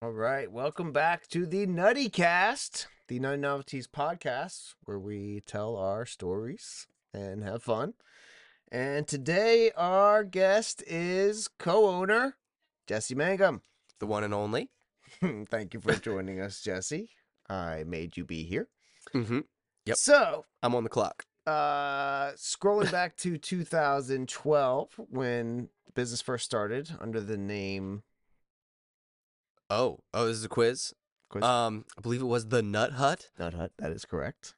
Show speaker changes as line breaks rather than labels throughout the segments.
All right, welcome back to the Nutty Cast, the Nutty Novelties podcast, where we tell our stories and have fun. And today, our guest is co-owner Jesse Mangum.
The one and only.
Thank you for joining us, Jesse. I made you be here.
Mm-hmm. Yep.
So,
I'm on the clock.
uh, scrolling back to 2012 when the business first started under the name
Oh, oh, this is a quiz.
Quiz.
Um, I believe it was the Nut Hut.
Nut Hut. That is correct.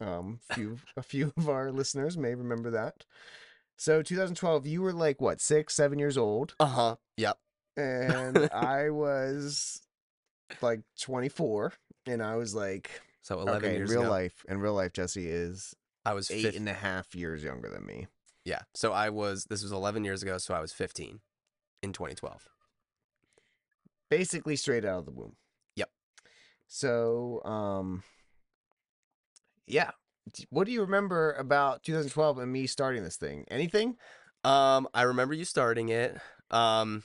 Um, few a few of our listeners may remember that. So 2012, you were like what six, seven years old,
uh huh. Yep.
and I was like 24, and I was like,
So 11
okay, in
years
real
ago,
life, in real life, Jesse is
I was
eight
fif-
and a half years younger than me.
Yeah. So I was. This was 11 years ago. So I was 15 in 2012.
basically straight out of the womb.
Yep.
So, um, yeah. D- What do you remember about 2012 and me starting this thing? Anything?
Um, I remember you starting it. Um,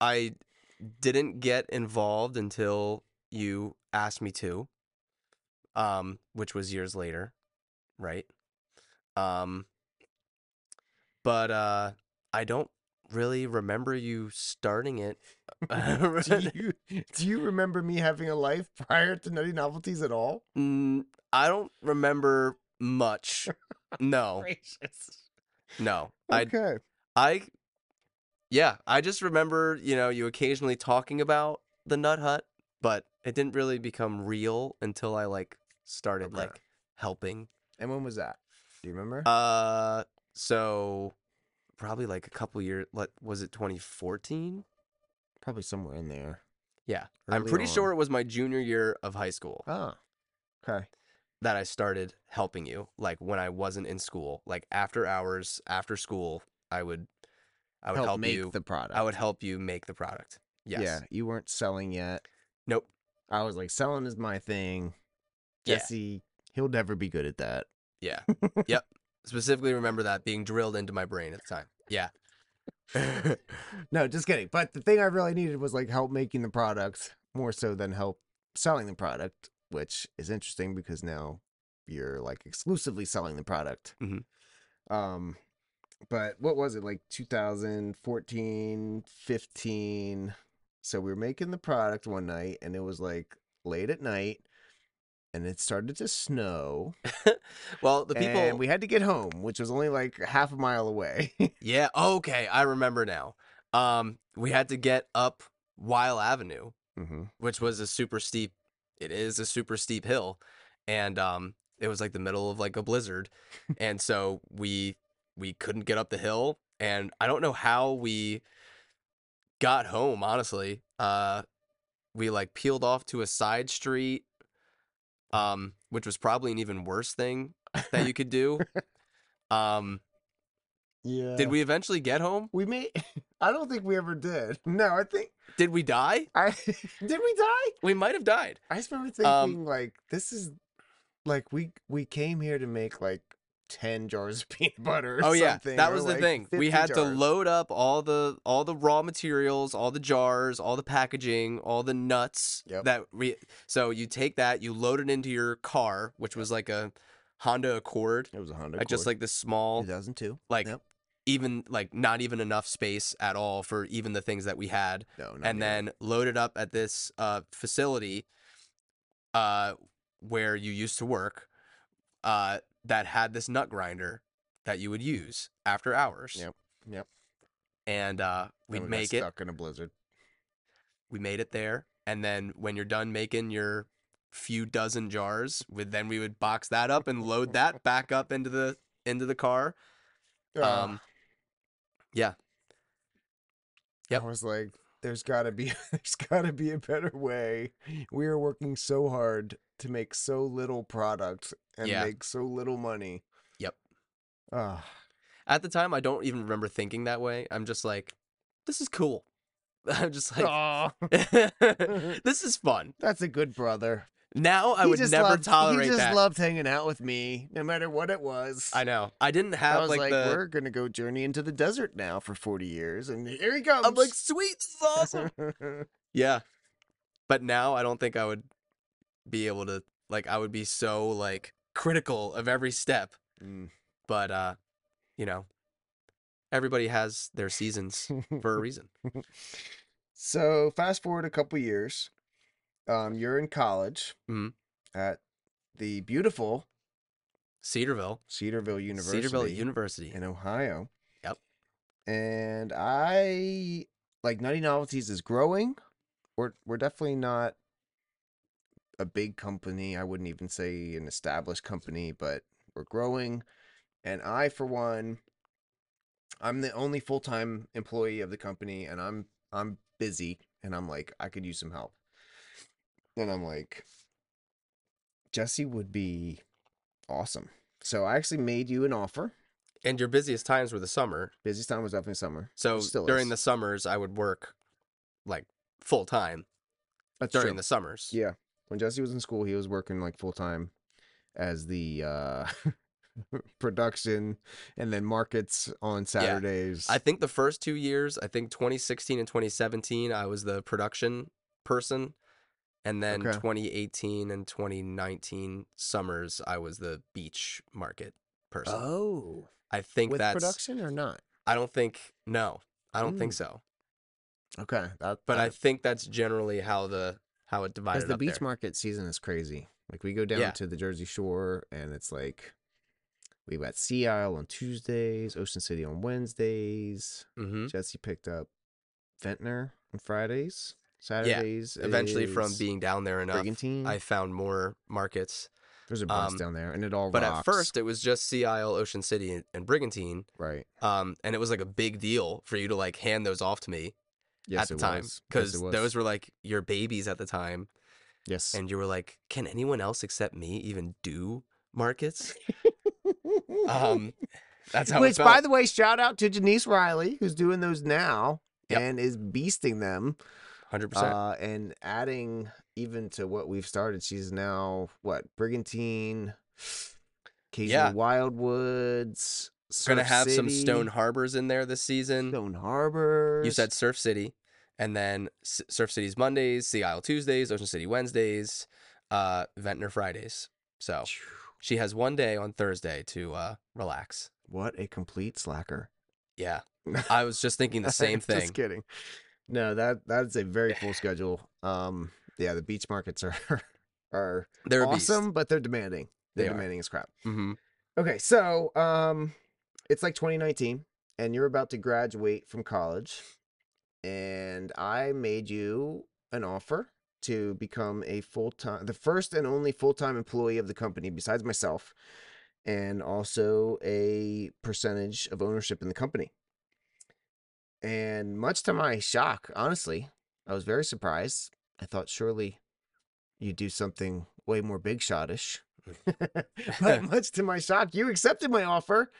I didn't get involved until you asked me to. Um, which was years later, right? Um, but uh, I don't really remember you starting it.
Do you do you remember me having a life prior to Nutty Novelties at all?
Mm, I don't remember much.
Oh.
No,
Gracious.
no. I
Okay.
I yeah, I just remember, you know, you occasionally talking about the Nut Hut, but it didn't really become real until I like started
Okay.
like helping.
and when was that? Do you remember?
Uh so probably like a couple years like was it 2014?
Probably somewhere in there.
Yeah. I'm
Early
pretty sure
on.
it was my junior year of high school
Ah. Okay.
that I started helping you like when I wasn't in school, like after hours, after school, I would I would help,
make
you
the product.
I would help you make the product. Yes.
Yeah. You weren't selling yet.
Nope.
I was like, selling is my thing.
Yeah.
Jesse, he'll never be good at that.
Yeah. yep. Specifically remember that being drilled into my brain at the time. Yeah.
no, just kidding. But the thing I really needed was like help making the product more so than help selling the product, which is interesting because now you're like exclusively selling the product.
Mhm.
Um, but what was it like 2014, 15? So we were making the product one night and it was like late at night and it started to snow
well, the people
and we had to get home, which was only like half a mile away.
Yeah, okay, I remember now. Um we had to get up Weil Avenue,
mm-hmm.
which was a super steep it is a super steep hill and um it was like the middle of like a blizzard and so we we couldn't get up the hill and I don't know how we got home honestly. Uh we like peeled off to a side street um, which was probably an even worse thing that you could do. Um,
Yeah.
did we eventually get home?
We may. I don't think we ever did. No, I think
Did we die?
I did. We die.
We might have died.
I just remember
Um,
thinking like this is like we we came here to make like ten jars of peanut butter. Or
oh yeah,
something,
that
or,
was the
like,
thing. We
50
had to
jars.
load up all the all the raw materials, all the jars, all the packaging, all the nuts
Yep.
that we. So you take that, you load it into your car, which was like a Honda Accord,
It was a Honda.
like just
Accord,
like this small
2002.
like
Yep.
even like not even enough space at all for even the things that we had.
No,
and
not even.
then loaded up at this uh, facility uh, where you used to work uh, that had this nut grinder that you would use after hours.
Yep, yep.
And uh,
Then
we'd
we got
make it.
stuck in a blizzard.
We made it there, and then when you're done making your few dozen jars, would then we would box that up and load that back up into the into the car.
Ah,
Um, yeah. yep.
I was like, there's gotta be, there's gotta be a better way. We are working so hard to make so little product and
Yeah.
make so little money.
Yep.
Ah.
At the time, I don't even remember thinking that way. I'm just like, this is cool. I'm just like,
Aw.
this is fun.
That's a good brother.
Now I
He
would
just
never
loved-
tolerate
He just
that.
loved hanging out with me, no matter what it was.
I know. I didn't
I
have
was
like,
like,
the.
we're gonna go journey into the desert now for forty years, and here he comes.
I'm like, sweet, this is awesome. yeah, But now I don't think I would be able to like I would be so like critical of every step.
Mm.
But uh, you know, everybody has their seasons for a reason.
So fast forward a couple years, um, you're in college
Mhm.
at the beautiful
Cedarville,
Cedarville University
Cedarville University.
in Ohio.
Yep.
And I like Nutty Novelties is growing. We're we're definitely not a big company. I wouldn't even say an established company, but we're growing. And I, for one, I'm the only full time employee of the company, and I'm I'm busy, and I'm like I could use some help. And I'm like, Jesse would be awesome. So I actually made you an offer.
And your busiest times were the summer.
Busiest time was definitely summer.
So
Still
during
is.
the summers I would work like full time
That's
during
true.
the summers.
Yeah. When Jesse was in school, he was working like full time as the uh production and then markets on Saturdays.
I think the first two years, I think 2016 and 2017, I was the production person. And then
Okay.
2018 and 2019 summers, I was the beach market person.
oh,
I think
with
that's,
production or not?
I don't think, no, I don't think
Mm.
so.
Okay, that,
But I
that,
think that's generally how the, how it divided
because the
up
beach
there.
market season is crazy. Like we go down
Yeah.
to the Jersey Shore, and it's like we got Sea Isle on Tuesdays, Ocean City on Wednesdays.
hmm
Jesse picked up Ventnor on Fridays, Saturdays.
Eventually from
is
being down there enough,
Brigantine.
I found more markets.
There's a bus
um,
down there, and it all.
But
rocks.
at first it was just Sea Isle, Ocean City and, and Brigantine.
right?
um, and it was like a big deal for you to like hand those off to me
Yes,
at the
it
time
was.
because
yes, it was.
those were like your babies at the time,
yes.
and you were like, "Can anyone else except me even do markets?" Um, that's how.
Which,
Which,
by the way, shout out to Janice Riley, who's doing those now
Yep.
and is beasting them
hundred percent.
uh, and adding even to what we've started. She's now what brigantine, occasional
Yeah.
wildwoods.
Gonna
Surf
have some
City,
Stone Harbors in there this season.
Stone Harbor.
You said Surf City, and then S- Surf City's Mondays, Sea Isle Tuesdays, Ocean City Wednesdays, uh, Ventnor Fridays. So she has one day on Thursday to uh, relax.
what a complete slacker.
Yeah, I was just thinking the same thing.
Just kidding. No, that that's a very full schedule. Um, yeah, the beach markets are are
They're
awesome, but they're demanding. They're
They are.
demanding as crap.
Mm-hmm.
Okay, so um, it's like 2019, and you're about to graduate from college, and I made you an offer to become a full time, the first and only full time employee of the company besides myself, and also a percentage of ownership in the company. And much to my shock, honestly, I was very surprised. I thought surely you'd do something way more big shotish. but much to my shock, you accepted my offer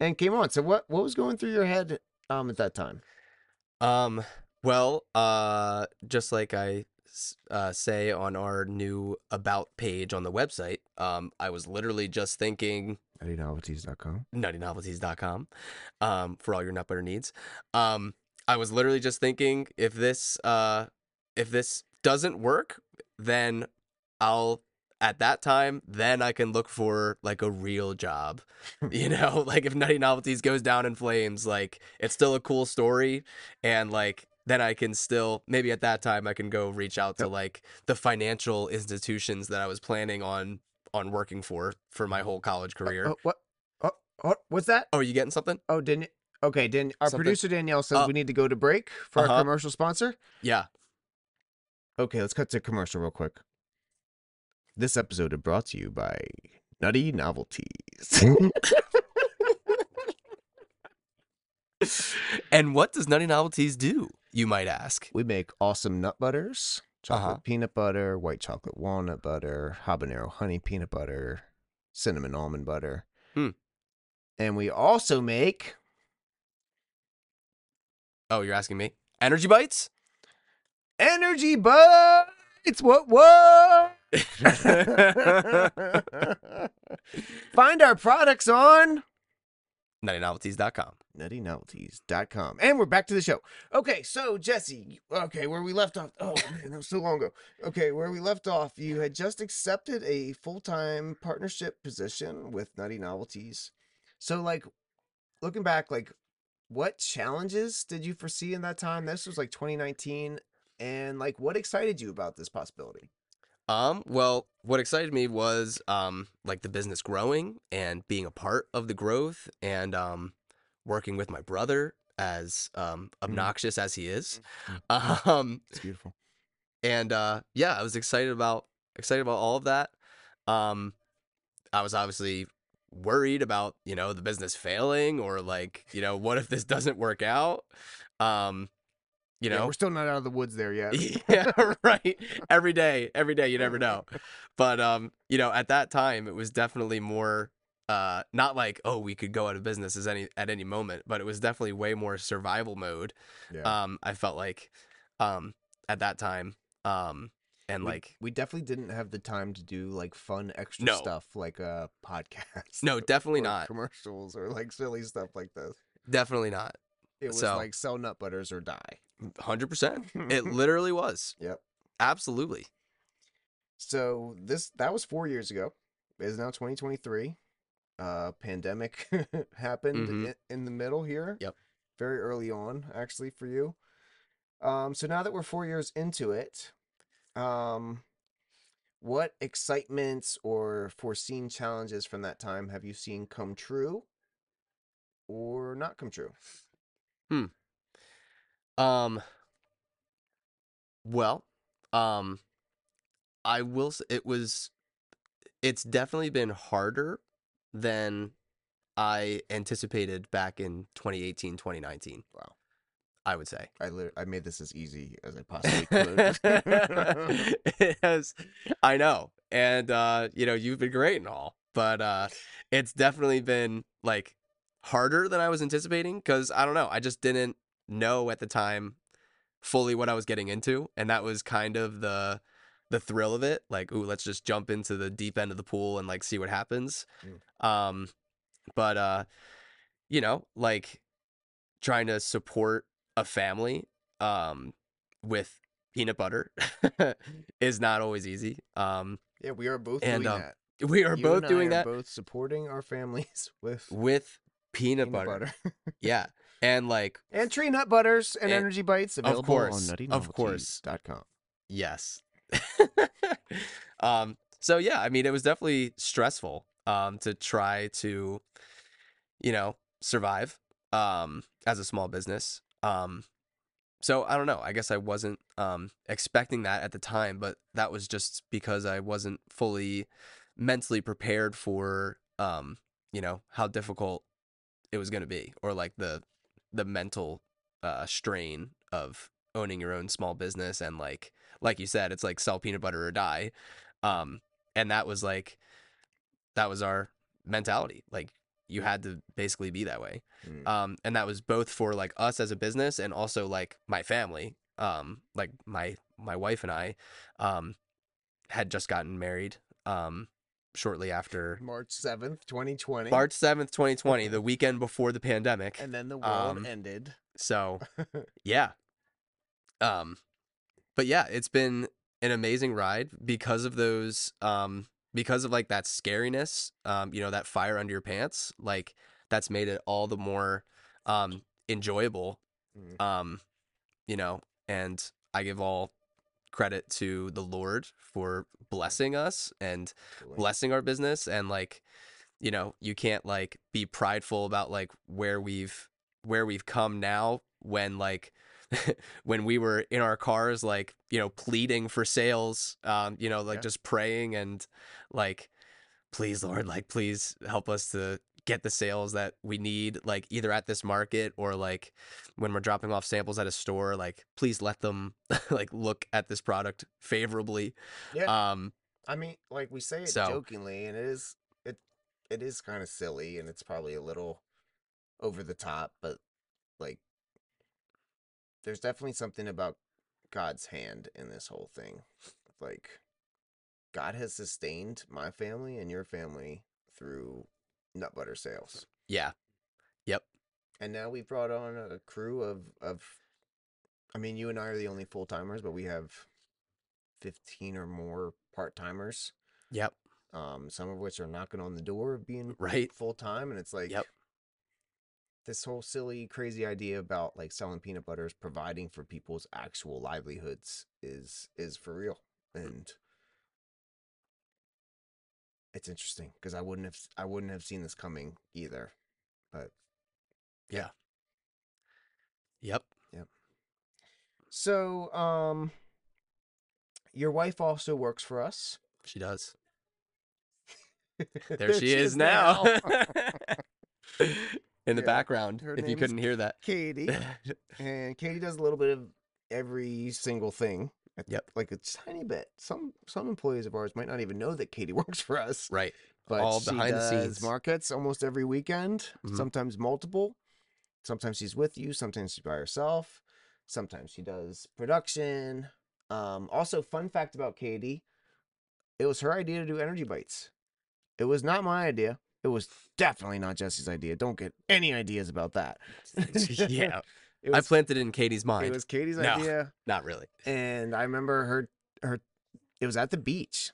and came on. So what what was going through your head um at that time?
Um, well, uh, just like I s- uh, say on our new about page on the website, um, I was literally just thinking
NuttyNovelties.com.
nuttynovelties.com um, for all your nut butter needs. Um, I was literally just thinking if this uh, if this doesn't work, then I'll at that time then I can look for like a real job. You know, like if Nutty Novelties goes down in flames, like it's still a cool story and like then I can still maybe at that time I can go reach out to like the financial institutions that I was planning on on working for for my whole college career.
Oh, what? Oh, oh, what's that?
Oh, you getting something?
Oh, didn't Okay, Dan, our
Something-
producer Danielle says
Uh,
we need to go to break for our
uh-huh.
commercial sponsor.
Yeah.
Okay, let's cut to commercial real quick. This episode is brought to you by Nutty Novelties.
And what does Nutty Novelties do, you might ask?
we make awesome nut butters chocolate
Uh-huh.
peanut butter, white chocolate walnut butter, habanero honey peanut butter, cinnamon almond butter.
Hmm.
And we also make
Oh, you're asking me? Energy bites?
energy bites. What, what? Find our products on
nuttynovelties.com.
nuttynovelties.com. And we're back to the show. Okay, so Jesse, okay, where we left off. Oh man, that was so long ago. Okay, where we left off, you had just accepted a full-time partnership position with Nutty Novelties. So like looking back, like what challenges did you foresee in that time? This was like 2019. And like what excited you about this possibility?
Um, well, what excited me was um like the business growing and being a part of the growth and um working with my brother as um obnoxious as he is. Um
It's beautiful.
and uh yeah, I was excited about excited about all of that. Um I was obviously worried about, you know, the business failing or like, you know, what if this doesn't work out? Um you know,
we're still not out of the woods there yet.
yeah, right. Every day, every day, you never know. But um, you know, at that time, it was definitely more uh, not like oh, we could go out of business as any at any moment, but it was definitely way more survival mode.
Yeah.
Um, I felt like um at that time, um, and
We-
like
we definitely didn't have the time to do like fun extra
No.
stuff like uh podcasts.
no, definitely
or
not,
commercials or like silly stuff like this.
definitely not,
It was
So-
like sell nut butters or die.
hundred percent. It literally was.
Mm-hmm. Yep.
Absolutely.
so this that was four years ago. It is now 2023. Uh, pandemic happened
Mhm.
i- in the middle here.
Yep.
Very early on, actually, for you. Um, so now that we're four years into it, um, what excitements or foreseen challenges from that time have you seen come true or not come true?
Um. Well, um, I will. s- It was. It's definitely been harder than I anticipated back in 2018, 2019.
Wow.
I would say.
I lit- I made this as easy as I possibly could.
it has, I know, and uh, you know you've been great and all, but uh, it's definitely been like harder than I was anticipating because I don't know, I just didn't know at the time fully what I was getting into, and that was kind of the the thrill of it. Like, ooh, let's just jump into the deep end of the pool and like see what happens. Um, but uh, you know, like trying to support a family um with peanut butter is not always easy. Um,
yeah, we are both
And,
doing
um,
that.
we are
You
both
and I
doing
are
that
Both supporting our families with peanut,
with peanut, butter.
butter,
Yeah, and like
and tree nut butters and,
And-
energy bites available
course,
on
of course.
nuttynovelties.com.
yes. um, so yeah, I mean, it was definitely stressful um to try to, you know, survive um as a small business. Um, so I don't know. I guess I wasn't um expecting that at the time, but that was just because I wasn't fully mentally prepared for um, you know, how difficult it was going to be or like the the mental uh strain of owning your own small business and like like you said, it's like sell peanut butter or die. Um and that was like that was our mentality. Like you had to basically be that way
Mm.
um, and that was both for like us as a business and also like my family um, like my my wife and i um, had just gotten married um, shortly after
March 7th, 2020.
march 7th 2020 the weekend before the pandemic
And then the world
um,
ended.
so yeah um but yeah it's been an amazing ride because of those um because of like that scariness um you know that fire under your pants like that's made it all the more um enjoyable
Mm.
um you know and i give all credit to the lord for blessing us and blessing our business and like you know you can't like be prideful about like where we've where we've come now when like when we were in our cars like you know pleading for sales um you know like
Yeah.
just praying and like please lord like please help us to get the sales that we need like either at this market or like when we're dropping off samples at a store like please let them like look at this product favorably
Yeah.
um
I mean, like we say it
So-
jokingly, and it is it it is kind of silly, and it's probably a little over the top, but like there's definitely something about God's hand in this whole thing. Like God has sustained my family and your family through nut butter sales.
yeah Yep.
And now we brought on a crew of of I mean, you and I are the only full timers, but we have fifteen or more part timers.
Yep.
Um, some of which are knocking on the door of being
Right.
full time, and it's like
Yep.
this whole silly, crazy idea about like selling peanut butter is providing for people's actual livelihoods is is for real, and it's interesting because I wouldn't have I wouldn't have seen this coming either. But
Yep.
so, um, your wife also works for us.
She does. There, she, is, now. In the
Yeah.
background,
Her
if you
name's
couldn't hear that.
Katie. and Katie does a little bit of every single thing. I think,
Yep.
Like a tiny bit. Some some employees of ours might not even know that Katie works for us.
right.
But
all
she
behind the
does
scenes.
markets almost every weekend,
Mhm.
sometimes multiple. Sometimes she's with you, sometimes she's by herself, sometimes she does production. Um, also fun fact about Katie, it was her idea to do energy bites. It was not my idea. It was definitely not Jesse's idea. Don't get any ideas about that.
yeah.
It
I
was,
planted it in Katie's
it
mind.
was Katie's
No.
idea.
Not really.
and I remember her her it was at the beach.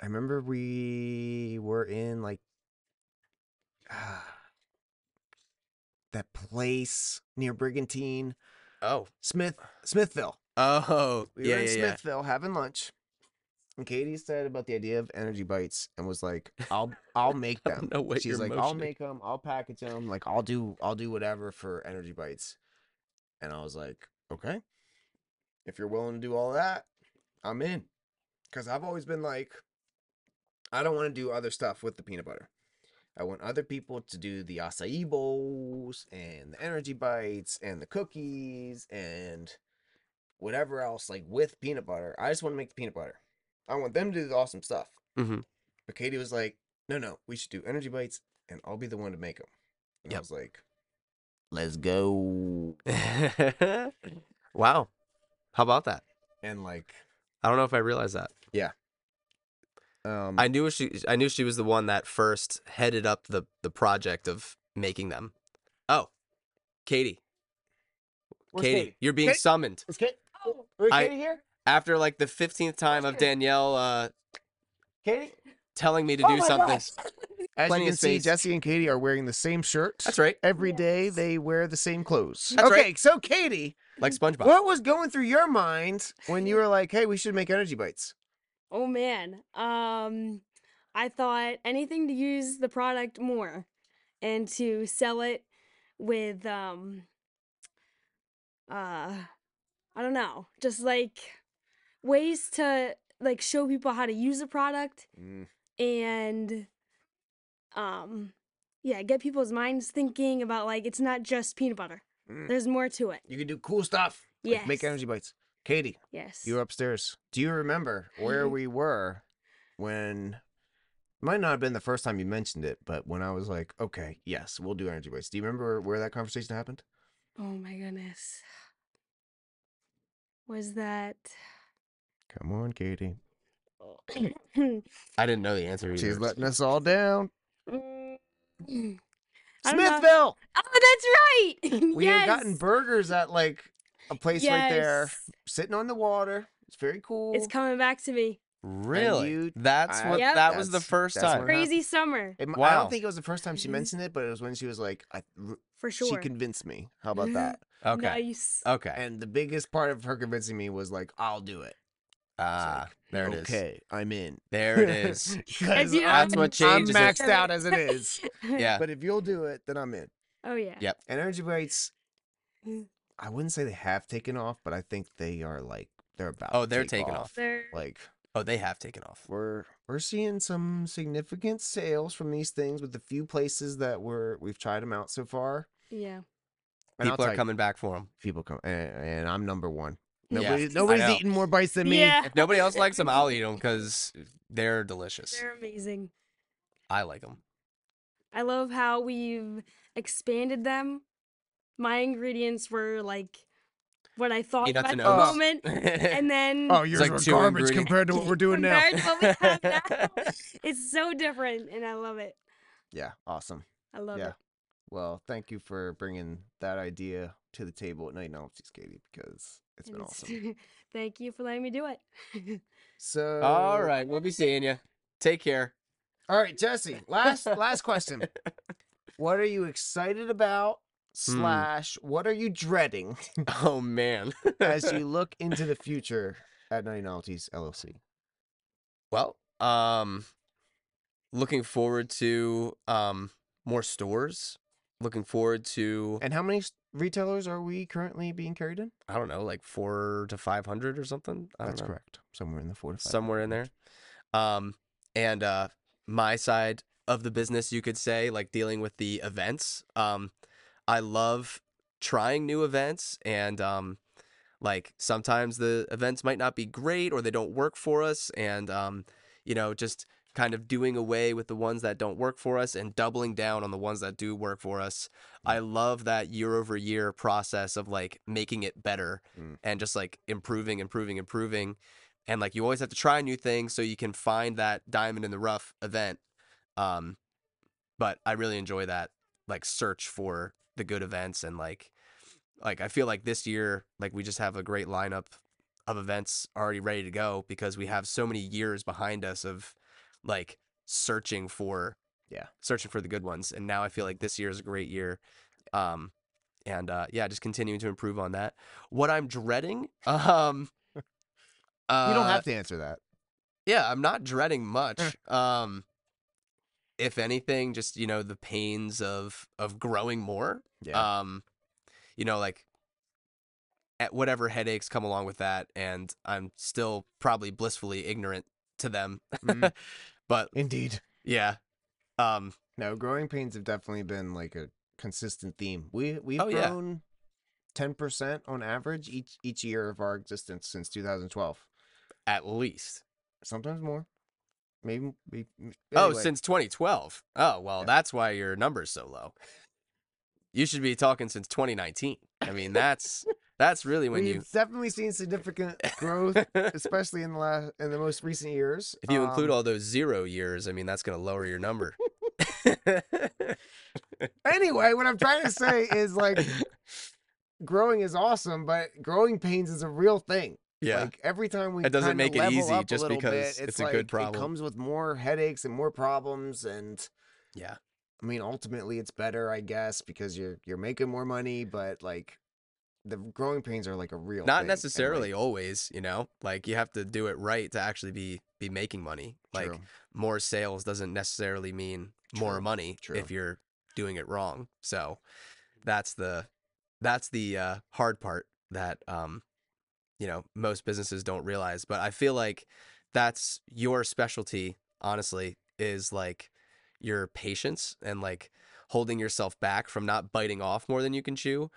I remember we were in like ah, that place near Brigantine,
Oh.
Smith Smithville.
Oh.
We
yeah.
were in
yeah, yeah.
Smithville having lunch. And Katie said about the idea of energy bites and was like, "I'll I'll make
I don't
them."
know what you're
She's like, "I'll
motioning.
make them. I'll package them. Like I'll do I'll do whatever for energy bites." And I was like, "Okay, if you're willing to do all that, I'm in." Because I've always been like, I don't want to do other stuff with the peanut butter. I want other people to do the acai bowls and the energy bites and the cookies and whatever else, like with peanut butter. I just want to make the peanut butter. I want them to do the awesome stuff.
Mhm.
But Katie was like, no, no, we should do energy bites and I'll be the one to make them. And I
Yep.
was like, let's go.
wow. How about that?
And like,
I don't know if I realized that.
um,
I knew she I knew she was the one that first headed up the the project of making them. Oh. Katie.
where's
Katie, you're being
Katie?
summoned.
Is Katie,
Oh,
wait,
I-
Katie here?
After like the 15th time of Danielle uh
Katie?
telling me to
Oh
do
my
something.
gosh. As
Plenty
you
of
can see,
space.
Jesse and Katie are wearing the same shirt.
That's right.
Every day
Yes.
they wear the same clothes.
That's
okay,
right.
so Katie,
Like SpongeBob.
what was going through your mind when you were like, "Hey, we should make energy bites"?
oh man. Um, I thought anything to use the product more and to sell it with um uh I don't know, just like ways to like show people how to use a product
Mm-hmm.
and um yeah, get people's minds thinking about like it's not just peanut butter.
Mm.
There's more to it.
You can do cool stuff. like make
Yes.
energy bites. Katie,
Yes.
you were upstairs. Do you remember where we were when? Might not have been the first time you mentioned it, but when I was like, "Okay, yes, we'll do energy bites." Do you remember where that conversation happened?
Oh my goodness. Was that
Come on, Katie.
I didn't know the answer either.
She's letting us all down.
Mm. I don't know.
Smithville.
Oh, that's right.
We
yes.
had gotten burgers at like a place right there,
Yes.
sitting on the water. It's very cool.
It's coming back to me.
Really?
you-
that's
I-
what
Yep.
that was the
That's-
first
that's what
time.
happened.
Crazy summer
It m- I
Wow.
don't think it was the first time she
Mhm.
mentioned it, but it was when she was like, I, r-
for sure. Mm-hmm.
she Oh, convinced me. How about that?
Okay.
Nice.
Okay.
And the biggest part of her convincing me was like, I'll do it.
Ah,
like,
there it is.
Okay, I'm in.
There it is.
'Cause
you know,
I'm,
That's what
I'm
changes it.
maxed out as it is.
Yeah.
But if you'll do it, then I'm in.
Oh yeah.
Yeah.
And energy bites,
Mm.
I wouldn't say they have taken off, but I think they are like, they're about
Oh,
to
they're
take
taking off.
There.
Like,
Oh, they have taken off.
we're we're seeing some significant sales from these things with the few places that we're we've tried them out so far.
Yeah.
And I'll
People
tell
are
you,
coming back for them.
People come, and, and I'm number one.
Yeah.
Nobody,
I
nobody's
know.
eating more bites than me.
Yeah.
If nobody else likes them, I'll eat them because they're delicious.
They're amazing.
I like them.
I love how we've expanded them. My ingredients were like what I thought
Peanuts
at
and
the
oats.
moment, and then
Oh, yours
like
are
two
garbage
ingredients.
compared to what we're doing now.
compared to what we have now, it's so different, and I love it.
Yeah, awesome.
I love
Yeah.
it.
Well, thank you for bringing that idea to the table at Night Novelties, Katie, because it's been
And
awesome.
Thank you for letting me do it.
So,
All right, we'll be seeing you. Take care.
all right, Jesse. Last last question. What are you excited about?
Hmm.
Slash, what are you dreading
Oh man.
as you look into the future at Night Novelties LLC?
Well, um, looking forward to um more stores. Looking forward to
And how many s- retailers are we currently being carried in?
I don't know, like four to five hundred or something. I don't
That's
know.
correct. Somewhere in the four to five
somewhere in there.
range.
Um, and uh, my side of the business, you could say, like dealing with the events. Um, I love trying new events, and um, like sometimes the events might not be great or they don't work for us, and um, you know, just kind of doing away with the ones that don't work for us and doubling down on the ones that do work for us. I love that year over year process of like making it better
Mm.
and just like improving, improving, improving and like you always have to try new things so you can find that diamond in the rough event um but i really enjoy that like search for the good events and like like i feel like this year like we just have a great lineup of events already ready to go because we have so many years behind us of like searching for
Yeah.
searching for the good ones and now i feel like this year is a great year um and uh yeah just continuing to improve on that what i'm dreading um
You don't
uh,
have to answer that.
yeah, I'm not dreading much. um, if anything, just you know the pains of of growing more.
Yeah.
Um, you know, like at whatever headaches come along with that, and I'm still probably blissfully ignorant to them.
Mhm.
But
Indeed.
yeah, um,
No, growing pains have definitely been like a consistent theme. We we've
Oh, yeah.
grown ten percent on average each each year of our existence since 2012.
at least.
Sometimes more. Maybe we. m-
Oh,
anyway,
since 2012. Oh well,
Yeah.
that's why your number's so low. You should be talking since 2019. I mean, that's that's really when
we've
you.
definitely seen significant growth, especially in the last in the most recent years.
If you include
Um,
all those zero years, I mean, that's going to lower your number.
anyway, what I'm trying to say is like growing is awesome, but growing pains is a real thing.
yeah.
Like every time we
It doesn't
kinda
make it
level
easy
up a
just
little
because
bit,
it's a good
like, It
problem.
comes with more headaches and more problems, and
yeah.
I mean, ultimately, it's better, I guess, because you're you're making more money. But like, the growing pains are like a real
Not
thing, and, like,
necessarily always, you know, like you have to do it right to actually be, be making money. Like
true.
more sales doesn't necessarily mean more
True.
money
True.
if you're doing it wrong. So that's the, that's the uh, hard part that, um, you know, most businesses don't realize, but I feel like that's your specialty honestly is like your patience and like holding yourself back from not biting off more than you can chew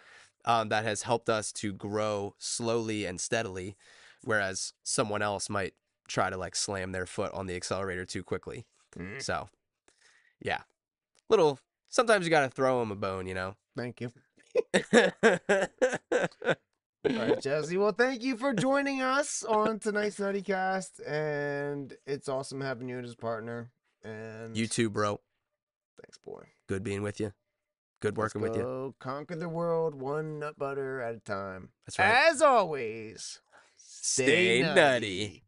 um, that has helped us to grow slowly and steadily whereas someone else might try to like slam their foot on the accelerator too quickly
Mm,
so yeah little sometimes you gotta throw them a bone you know
Thank you, all right, Jesse. Well, thank you for joining us on tonight's Nutty Cast, and it's awesome having you as a partner. And
you too bro
thanks, boy.
good being with you good
Let's
working with you
go Conquer the world one nut butter at a time.
that's right
As always,
Stay nutty.